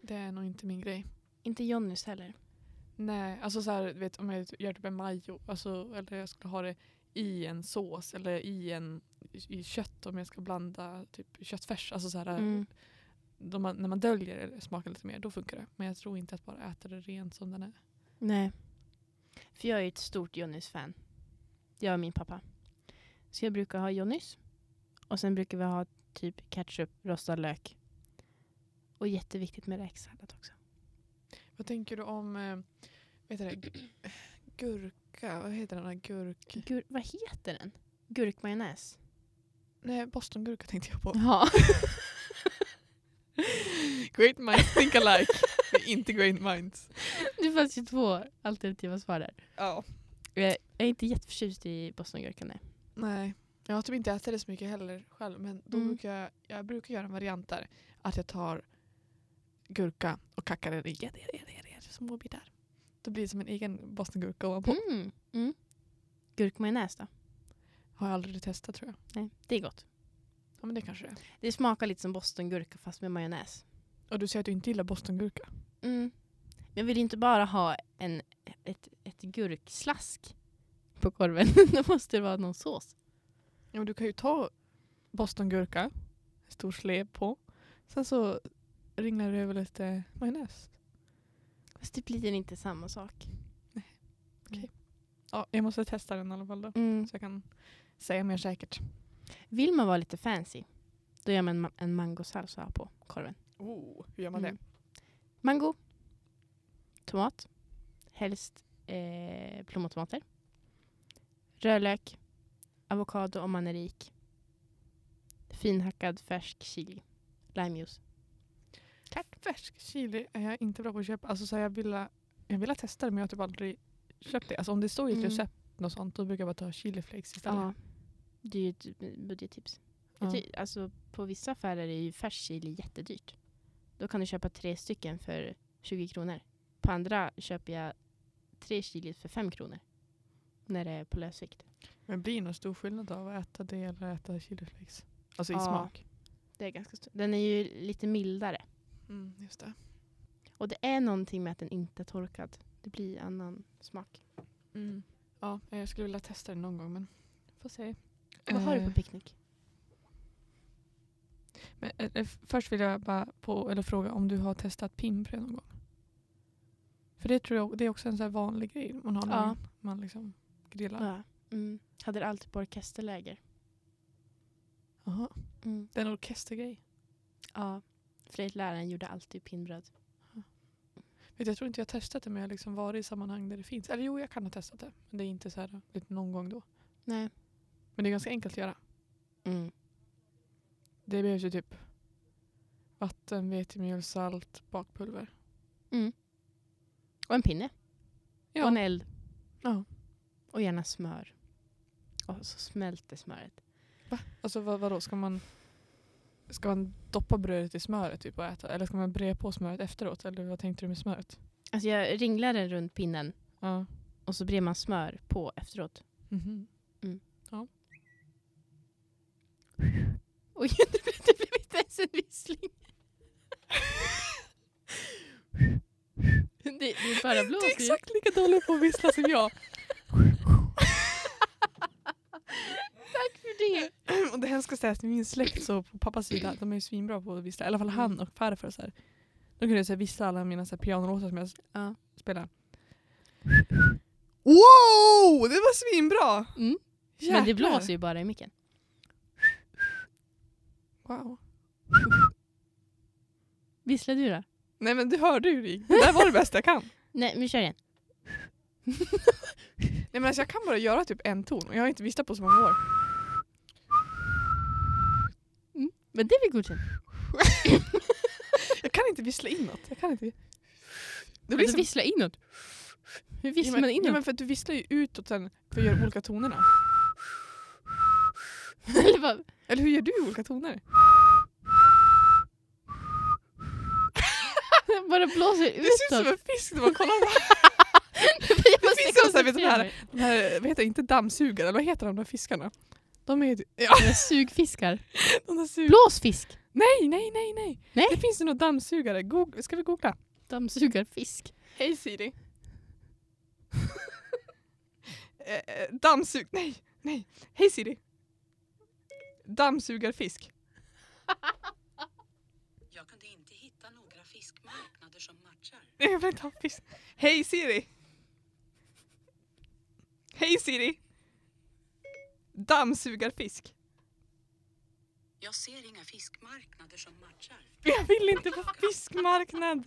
Speaker 1: Det är nog inte min grej.
Speaker 2: Inte Jonnys heller.
Speaker 1: Nej, alltså så här, du vet, om jag gör typ en majo, alltså, eller jag skulle ha det i en sås eller i en i kött om jag ska blanda typ köttfärs. Alltså så här,
Speaker 2: Mm.
Speaker 1: de, man- när man döljer smaken lite mer, då funkar det. Men jag tror inte att bara äta det rent som den är.
Speaker 2: Nej. För jag är ju ett stort Jonnys-fan. Jag och min pappa. Så jag brukar ha Jonnys. Och sen brukar vi ha typ ketchup, rostad lök. Och jätteviktigt med räksallad också.
Speaker 1: Vad tänker du om eh, vet du det, *clears throat* gurka? Vad heter den här gurk...
Speaker 2: Gur- vad heter den? Gurkmajonnäs?
Speaker 1: Nej, bostongurka tänkte jag på.
Speaker 2: *laughs* Ja.
Speaker 1: *laughs* Great minds think alike. Det är inte great minds.
Speaker 2: Det fanns ju två alternativa svar där.
Speaker 1: Ja.
Speaker 2: Jag är inte jätteförtjust i bostongurkan. nej.
Speaker 1: Nej. Jag har typ inte ätit det så mycket heller själv. Men då
Speaker 2: Mm.
Speaker 1: brukar jag, jag brukar göra en variant där. Att jag tar gurka och kackar den i jätte, jätte, jätte, jätte, jätte små bitar. Då blir det som en egen bostongurka ovanpå.
Speaker 2: Mm. Mm. Gurkmajonnäs då?
Speaker 1: Har jag aldrig testat tror jag.
Speaker 2: Nej, det är gott.
Speaker 1: Ja men det kanske det är.
Speaker 2: Det smakar lite som bostongurka fast med majonnäs.
Speaker 1: Och du säger att du inte gillar bostongurka.
Speaker 2: Mm. Men jag vill inte bara ha en, ett, ett gurkslask på korven. *laughs* Då måste det vara någon sås.
Speaker 1: Ja, men du kan ju ta bostongurka, en stor slev på. Sen så ringlar du över lite majonnäs.
Speaker 2: Fast det blir inte samma sak.
Speaker 1: Ja, jag måste testa den i alla fall då. Så jag kan säga mer säkert.
Speaker 2: Mm. Vill man vara lite fancy, då gör man en, ma- en mangosalsa på korven.
Speaker 1: Oh, hur gör
Speaker 2: Mm. Mango, tomat, helst eh, plommontomater, rödlök, avokado om man är rik, finhackad färsk chili, limejuice. Klart.
Speaker 1: Färsk chili är jag inte bra på att köpa. Alltså, så här, jag, vill, jag vill testa det men jag har typ aldrig köpt det. Alltså, om det står i ett
Speaker 2: Mm.
Speaker 1: recept något sånt, då brukar jag bara ta chiliflakes istället.
Speaker 2: Ja, det är ju ett budgettips.
Speaker 1: Ja.
Speaker 2: Jag ty- alltså, på vissa affärer är ju färsk chili jättedyrt. Då kan du köpa tre stycken för 20 kronor. På andra köper jag tre chili för 5 kronor. När det är på lösvikt.
Speaker 1: Men blir det någon stor skillnad av att äta det eller äta chiliflakes? Alltså i
Speaker 2: Ja.
Speaker 1: smak.
Speaker 2: Det är ganska stor. Den är ju lite mildare.
Speaker 1: Mm, just det.
Speaker 2: Och det är någonting med att den inte är torkad. Det blir annan smak.
Speaker 1: Mm. Ja, jag skulle vilja testa det någon gång men får se.
Speaker 2: Vad har du
Speaker 1: Eh,
Speaker 2: på picknick?
Speaker 1: Men, eh, eh, först vill jag bara på, eller fråga om du har testat pimpre någon gång? För det tror jag det är också en så här vanlig grej man har när
Speaker 2: Ja.
Speaker 1: man liksom grillar.
Speaker 2: Ja. Mm. Hade det alltid på orkesterläger.
Speaker 1: Aha.
Speaker 2: Mm.
Speaker 1: Det är en orkestergrej.
Speaker 2: Ja. Fredrik-läraren gjorde alltid pinnbröd.
Speaker 1: Vet, du, jag tror inte jag har testat det men jag har liksom varit i sammanhang där det finns. Eller jo, jag kan ha testat det. Men det är inte så här lite någon gång då.
Speaker 2: Nej.
Speaker 1: Men det är ganska enkelt att göra.
Speaker 2: Mm.
Speaker 1: Det behövs ju typ vatten, vetemjöl, salt, bakpulver.
Speaker 2: Och en pinne.
Speaker 1: Ja.
Speaker 2: Och en eld.
Speaker 1: Ja.
Speaker 2: Och gärna smör. Och så smälter smöret.
Speaker 1: Alltså vad, vadå, ska man, ska man doppa brödet i smöret typ och äta? Eller ska man bre på smöret efteråt? Eller vad tänkte du med smöret?
Speaker 2: Alltså jag ringlar den runt pinnen
Speaker 1: Ja.
Speaker 2: och så brer man smör på efteråt. *laughs*
Speaker 1: *laughs* Mhm.
Speaker 2: Oj, det blev- det blev inte ens en vissling. Det, det bara
Speaker 1: Du är
Speaker 2: blåser ju.
Speaker 1: exakt lika dålig på att vissla som jag.
Speaker 2: *laughs* Tack för det.
Speaker 1: Och det hemskaste är att min släkt så på pappas sida, de är ju svinbra på att vissla. I alla fall han och farfar. Så här. De kunde så här, vissla alla mina så här, pianolåtar som jag s-
Speaker 2: Ja.
Speaker 1: spelar. Wow! Det var svinbra!
Speaker 2: Mm. Men det blåser ju bara i micken.
Speaker 1: Wow.
Speaker 2: Vissla du då?
Speaker 1: Nej men du hörde ju Rik. Det där var det bästa jag kan.
Speaker 2: Nej, vi kör igen.
Speaker 1: Nej men alltså jag kan bara göra typ en ton och jag har inte visslat på så många år.
Speaker 2: Men det är väl godkänt?
Speaker 1: *laughs* Jag kan inte vissla inåt. Jag kan inte. Det
Speaker 2: Alltså vissla inåt. Hur
Speaker 1: Ja,
Speaker 2: visslar
Speaker 1: men- *laughs*
Speaker 2: man
Speaker 1: Ja,
Speaker 2: inåt?
Speaker 1: men för att du visslar ju utåt sen för att göra olika tonerna.
Speaker 2: *laughs* Eller vad?
Speaker 1: Eller hur gör du olika toner?
Speaker 2: Jag bara blåser utåt.
Speaker 1: Det ser ut som en fisk när man kollar på
Speaker 2: *laughs* Jag
Speaker 1: det
Speaker 2: måste
Speaker 1: finns någon sån här, vet du,
Speaker 2: koncentrera
Speaker 1: här-
Speaker 2: mig.
Speaker 1: *laughs* de här, vad heter det, inte dammsugare, eller vad heter de där fiskarna? De är ju- ja, *laughs*
Speaker 2: Eller Sugfiskar.
Speaker 1: de där sug...
Speaker 2: Blåsfisk.
Speaker 1: Nej, nej, nej, nej!
Speaker 2: Nej.
Speaker 1: Det finns ju några dammsugare. Goog- Ska vi googla?
Speaker 2: Dammsugarfisk.
Speaker 1: Hej Siri. *laughs* eh, eh, dammsug... Nej, nej. Hej Siri. Dammsugarfisk.
Speaker 4: Jag kunde inte hitta några fiskmarknader som matchar.
Speaker 1: Nej, jag vill inte ha fisk. Hej Siri. Hej Siri. Dammsugarfisk.
Speaker 4: Jag ser inga fiskmarknader som matchar.
Speaker 1: Jag vill inte på fiskmarknad.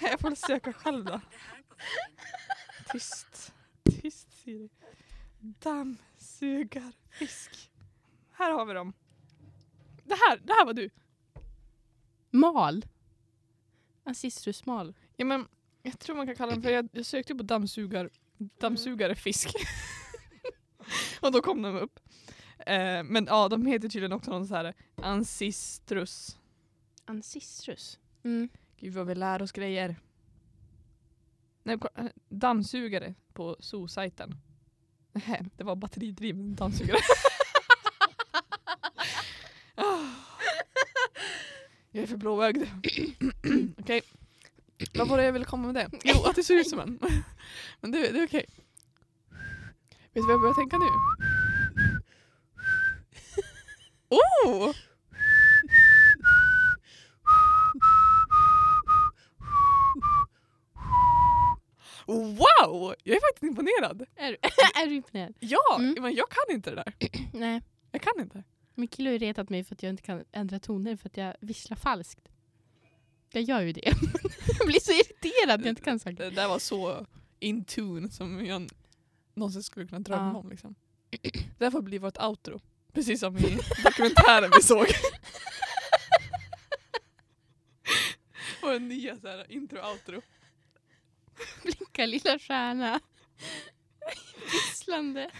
Speaker 1: Jag får söka själv då.
Speaker 4: Det här på vägen.
Speaker 1: Tyst. Tyst Siri. Dammsugarfisk. Här har vi dem. Det här, det här var du.
Speaker 2: Mal. Ancistrusmal.
Speaker 1: Ja, men jag tror man kan kalla den för, jag, jag sökte på dammsugar, dammsugarefisk. *laughs* och då kom de upp. Eh, men ja, de heter tydligen också någon så här ancistrus.
Speaker 2: Ancistrus. Mm.
Speaker 1: Gud vad vi lär oss grejer. Nej, ko- eh, dammsugare på zoo-sajten. Nähä, det var batteridriven dammsugare. *laughs* Ah. jag är för blåögd. *clears throat* Okej. Vad var det jag ville komma med det? Jo, att det ser ut som en. *laughs* Men det, det är okej. Vet du vad jag börjar tänka nu? Oh! Wow! Jag är faktiskt imponerad.
Speaker 2: Är, *laughs* är du imponerad?
Speaker 1: Ja,
Speaker 2: Mm.
Speaker 1: men jag kan inte det där.
Speaker 2: Nej.
Speaker 1: Jag kan inte.
Speaker 2: Min kille har ju retat mig för att jag inte kan ändra toner för att jag visslar falskt. Jag gör ju det. *laughs* jag blir så irriterad när jag inte kan saker. *laughs*
Speaker 1: Det där var så in tune som jag någonsin skulle kunna drömma
Speaker 2: Ja.
Speaker 1: om. Liksom. Det där får bli vårt outro. Precis som *laughs* i dokumentären vi såg. Vår nya så här, intro-outro.
Speaker 2: Blinka lilla stjärna. *laughs* Visslande.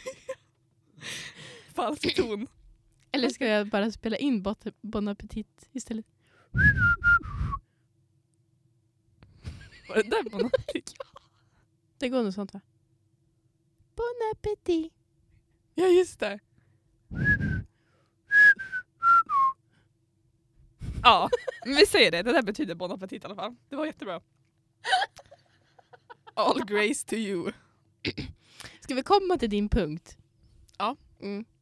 Speaker 1: Falsk ton.
Speaker 2: Eller ska jag bara spela in Bot- Bon Appetit istället?
Speaker 1: Var det där på något?
Speaker 2: Det går något sånt va? Bon Appetit.
Speaker 1: Ja just det. *laughs* Ja, men vi säger det. Det där betyder bon appetit i alla fall. Det var jättebra. All grace to you.
Speaker 2: Ska vi komma till din punkt?
Speaker 1: Ja.
Speaker 2: Mm. *laughs*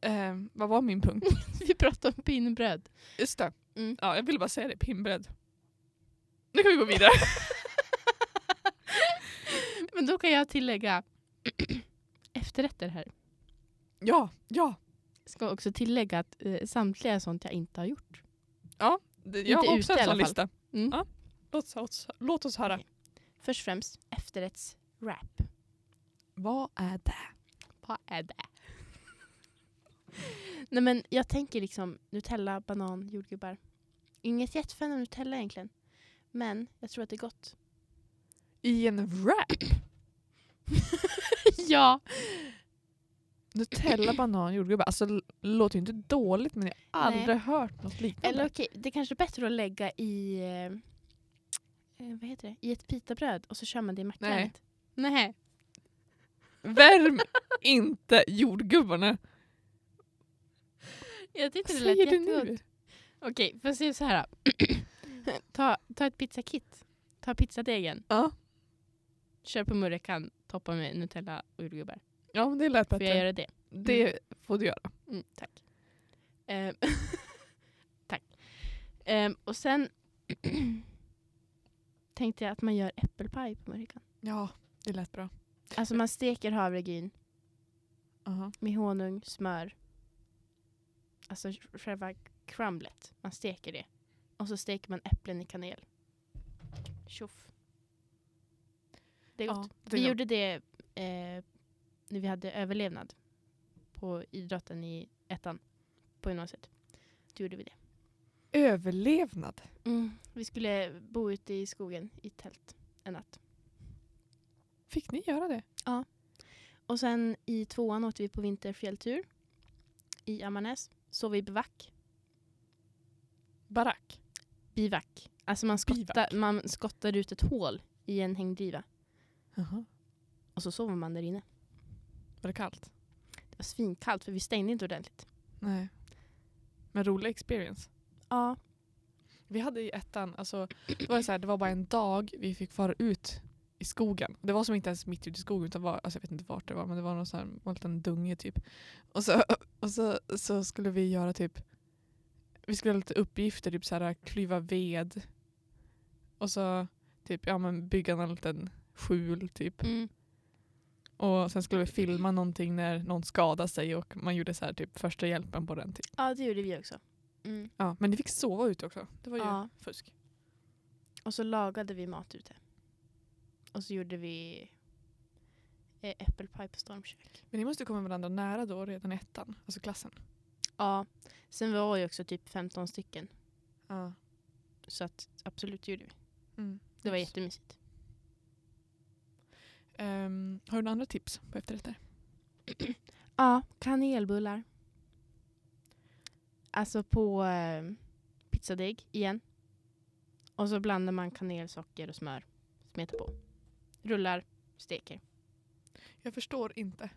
Speaker 1: Eh, vad var min punkt?
Speaker 2: Vi pratar om pinnbröd.
Speaker 1: *laughs* Just det.
Speaker 2: Mm.
Speaker 1: Ja, jag ville bara säga det. Pinnbröd. Nu kan vi gå vidare.
Speaker 2: *laughs* Men då kan jag tillägga *clears throat* efterrätter här.
Speaker 1: *laughs* ja, ja.
Speaker 2: Ska också tillägga att eh, samtliga är sånt jag inte har gjort.
Speaker 1: Det,
Speaker 2: Inte
Speaker 1: jag har
Speaker 2: ute
Speaker 1: också
Speaker 2: i
Speaker 1: en
Speaker 2: alla
Speaker 1: sån lista.
Speaker 2: fall. Mm.
Speaker 1: Ja. Låt oss, låt oss höra.
Speaker 2: Okej. Först och främst efterrättswrap.
Speaker 1: Vad är det?
Speaker 2: Vad är det? *laughs* Nej men jag tänker liksom Nutella, banan, jordgubbar. Inget jättefan av Nutella egentligen. Men jag tror att det är gott.
Speaker 1: I en wrap.
Speaker 2: ja!
Speaker 1: *laughs* Nutella, banan, jordgubbar. Alltså l- låter ju inte dåligt men jag har
Speaker 2: Nej.
Speaker 1: aldrig hört något liknande.
Speaker 2: *laughs* Eller okej, det är kanske är bättre att lägga i eh, eh, vad heter det? I ett pitabröd och så kör man det i mackjärnet. Nej.
Speaker 1: Värm inte jordgubbarna.
Speaker 2: Jag tyckte
Speaker 1: Vad
Speaker 2: det lät
Speaker 1: säger du
Speaker 2: jättegott.
Speaker 1: nu?
Speaker 2: Okej, får jag säga så här. då. *clears throat* ta, ta ett pizzakit. Ta pizzadegen.
Speaker 1: Ja.
Speaker 2: Kör på murrekan, toppa med Nutella och jordgubbar.
Speaker 1: Ja, men det lät
Speaker 2: Får jag
Speaker 1: bättre.
Speaker 2: göra det?
Speaker 1: Det får du göra.
Speaker 2: Mm, tack. Ehm, *laughs* tack. Ehm, och sen *clears throat* tänkte jag att man gör äppelpaj på murrekan.
Speaker 1: Ja, det lät bra.
Speaker 2: Alltså man steker havregryn
Speaker 1: Uh-huh.
Speaker 2: med honung, smör. Alltså själva crumblet. Man steker det. Och så steker man äpplen i kanel. Tjoff. Det är
Speaker 1: Ja,
Speaker 2: gott.
Speaker 1: det är
Speaker 2: vi
Speaker 1: gott.
Speaker 2: gjorde det eh, när vi hade överlevnad på idrotten i ettan på gymnasiet. Då gjorde vi det.
Speaker 1: Överlevnad. Mm.
Speaker 2: Vi skulle bo ute i skogen i tält en natt.
Speaker 1: Fick ni göra det?
Speaker 2: Och sen i tvåan åkte vi på vinterfjälltur i Ammarnäs. Sov i bivack.
Speaker 1: Barack.
Speaker 2: Bivack. Alltså man, skottar
Speaker 1: Bivack.
Speaker 2: man skottar ut ett hål i en hängdriva och så sover man där inne.
Speaker 1: Var det kallt?
Speaker 2: Det var svinkallt för vi stängde inte ordentligt.
Speaker 1: Nej. Men rolig experience.
Speaker 2: Ja.
Speaker 1: Vi hade i ettan, alltså, det, var det så här, det var bara en dag vi fick fara ut i skogen. Det var som inte ens mitt ute i skogen, utan var, alltså jag vet inte vart det var, men det var någon sån här var en liten dunge typ. Och så, *laughs* och så, så skulle vi göra typ, vi skulle ha lite uppgifter, typ så här klyva ved. Och så typ, ja men bygga en liten skjul typ.
Speaker 2: Mm.
Speaker 1: Och sen skulle vi filma någonting när någon skadade sig och man gjorde så här typ första hjälpen på den typ.
Speaker 2: Ja, det gjorde vi också. Mm.
Speaker 1: Ja, men ni fick sova ute också. Det var ju
Speaker 2: Ja.
Speaker 1: fusk.
Speaker 2: Och så lagade vi mat ute. Och så gjorde vi eh, äppelpaj på stormkök.
Speaker 1: Men ni måste komma varandra nära då redan i ettan, alltså klassen.
Speaker 2: Ja. Sen var ju också typ 15 stycken.
Speaker 1: Ja.
Speaker 2: Så att, absolut det gjorde vi.
Speaker 1: Mm.
Speaker 2: Det var
Speaker 1: Yes.
Speaker 2: jättemysigt.
Speaker 1: Ehm, har du några andra tips på efterrätter?
Speaker 2: Ja, kanelbullar. Alltså på eh, pizzadeg igen. Och så blandar man kanel, socker och smör. Smetar på. Rullar, steker.
Speaker 1: Jag förstår inte.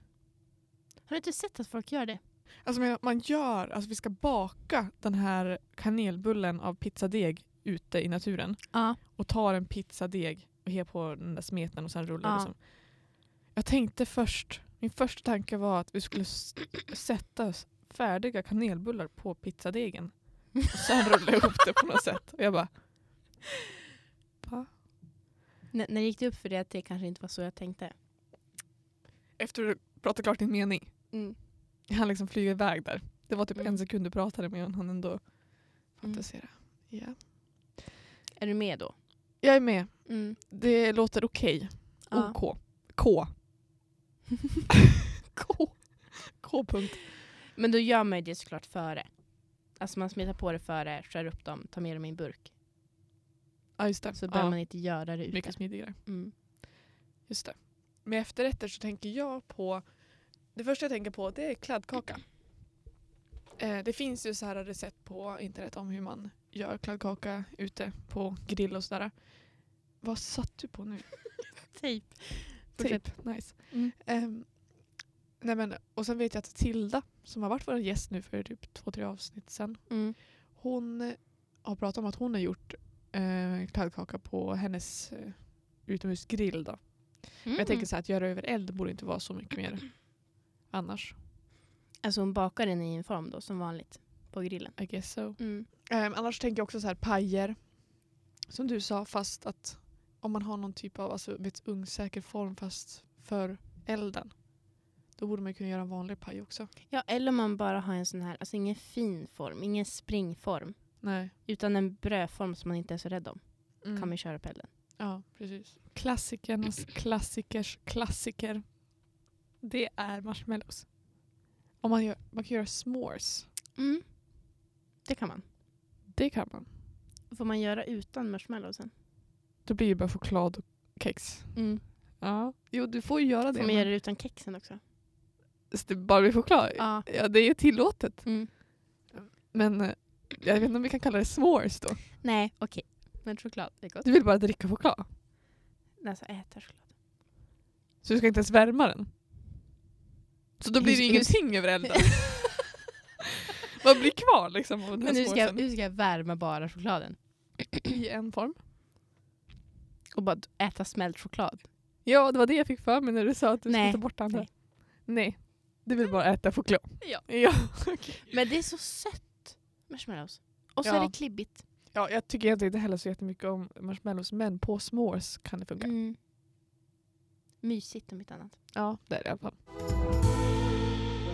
Speaker 2: Har du inte sett att folk gör det?
Speaker 1: Alltså men man gör, alltså vi ska baka den här kanelbullen av pizzadeg ute i naturen
Speaker 2: Ja.
Speaker 1: och tar en pizzadeg och he på den där smeten och sen rullar det
Speaker 2: Ja.
Speaker 1: som. Jag tänkte först, min första tanke var att vi skulle s- sätta s- färdiga kanelbullar på pizzadegen och sen rulla ihop det på något sätt. Och jag bara, va?
Speaker 2: N- när gick det upp för det att det kanske inte var så jag tänkte?
Speaker 1: efter du pratade klart din mening.
Speaker 2: Mm.
Speaker 1: Han liksom flyger iväg där. Det var typ
Speaker 2: Mm.
Speaker 1: en sekund du pratade med honom, han ändå fantiserade. Ja.
Speaker 2: Är du med då?
Speaker 1: Jag är med.
Speaker 2: Mm.
Speaker 1: Det låter okej.
Speaker 2: Ja.
Speaker 1: OK. K. *laughs* K. K-punkt.
Speaker 2: Men då gör man ju det såklart före. Alltså man smetar på det före, skär upp dem, tar med dem i en burk.
Speaker 1: Ja just det.
Speaker 2: Så behöver
Speaker 1: ja,
Speaker 2: man inte göra det ute.
Speaker 1: mycket smidigare.
Speaker 2: Mm.
Speaker 1: Just det. Med efterrätter så tänker jag på, det första jag tänker på det är kladdkaka. Eh, det finns ju så här recept på internet om hur man gör kladdkaka ute på grill och sådär. Vad satt du på nu?
Speaker 2: Tejp.
Speaker 1: Typ, nice.
Speaker 2: Mm.
Speaker 1: Ehm, nej men, och sen vet jag att Tilda, som har varit vår gäst nu för typ två, tre avsnitt sedan,
Speaker 2: Mm.
Speaker 1: hon eh, har pratat om att hon har gjort eh, kladdkaka på hennes eh, utomhusgrill. Då. Men jag tänker så här, att göra över eld borde inte vara så mycket *clears throat* mer annars.
Speaker 2: Alltså hon bakar den i en form då, som vanligt. På grillen.
Speaker 1: I guess so.
Speaker 2: Mm.
Speaker 1: Ehm, annars tänker jag också så här pajer, som du sa, fast att om man har någon typ av alltså, vet, ungsäker form fast för elden. Då borde man ju kunna göra en vanlig paj också.
Speaker 2: Ja, eller om man bara har en sån här, alltså ingen fin form, ingen springform.
Speaker 1: Nej.
Speaker 2: Utan en brödform som man inte är så rädd om.
Speaker 1: Mm.
Speaker 2: Kan man ju köra på elden.
Speaker 1: Ja, precis. *clears throat* Klassikernas klassikers klassiker. Det är marshmallows. Om man, gör, man kan göra s'mores.
Speaker 2: Mm. Det kan man.
Speaker 1: Det kan man.
Speaker 2: Får man göra utan marshmallowsen?
Speaker 1: Då blir det bara choklad och kex.
Speaker 2: Mm.
Speaker 1: Ja. Jo, du får ju göra det.
Speaker 2: Får man göra det utan kexen också?
Speaker 1: men- det bara blir choklad? Ja.
Speaker 2: Ja.
Speaker 1: det är ju tillåtet.
Speaker 2: Mm.
Speaker 1: Men eh, jag vet inte om vi kan kalla det s'mores då.
Speaker 2: Nej, okej. Men choklad, det är gott.
Speaker 1: Du vill bara dricka choklad.
Speaker 2: Alltså äta choklad.
Speaker 1: Så du ska inte ens värma den. Så då blir det
Speaker 2: Hur-
Speaker 1: ingenting över *laughs* elden. Vad
Speaker 2: *laughs*
Speaker 1: blir kvar liksom av den här
Speaker 2: Men hur ska, jag,
Speaker 1: småsen?
Speaker 2: hur ska jag värma bara chokladen?
Speaker 1: I en form.
Speaker 2: Och bara äta smält choklad?
Speaker 1: Ja, det var det jag fick för mig när du sa att du
Speaker 2: Nej.
Speaker 1: skulle ta bort det andra.
Speaker 2: Nej.
Speaker 1: Nej. Du vill bara äta choklad.
Speaker 2: Ja.
Speaker 1: Ja, *laughs* okej.
Speaker 2: Men det är så sött! Marshmallows. Och så
Speaker 1: Ja.
Speaker 2: är det klibbigt.
Speaker 1: ja, jag tycker egentligen inte heller så jättemycket om marshmallows, men på s'mores kan det funka.
Speaker 2: Mm. Mysigt om inte annat.
Speaker 1: Ja, det är det i alla fall.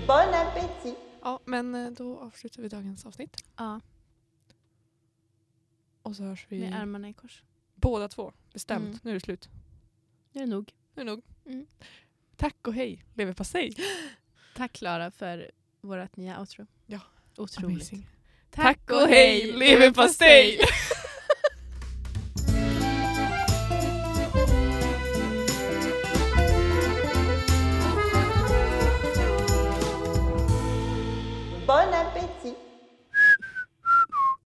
Speaker 3: Bon appétit
Speaker 1: Ja, men eh, då avslutar vi dagens avsnitt.
Speaker 2: Ja,
Speaker 1: Och så hörs vi Mm.
Speaker 2: med armarna i kors.
Speaker 1: Båda två. Bestämt.
Speaker 2: Mm.
Speaker 1: Nu är det slut.
Speaker 2: Nu är det nog.
Speaker 1: Nu är det nog.
Speaker 2: Mm.
Speaker 1: Tack och hej. Leverpastej.
Speaker 2: Tack Klara för vårt nya outro.
Speaker 1: Ja.
Speaker 2: Otroligt.
Speaker 1: Amazing. Tack och hej, leverpastej!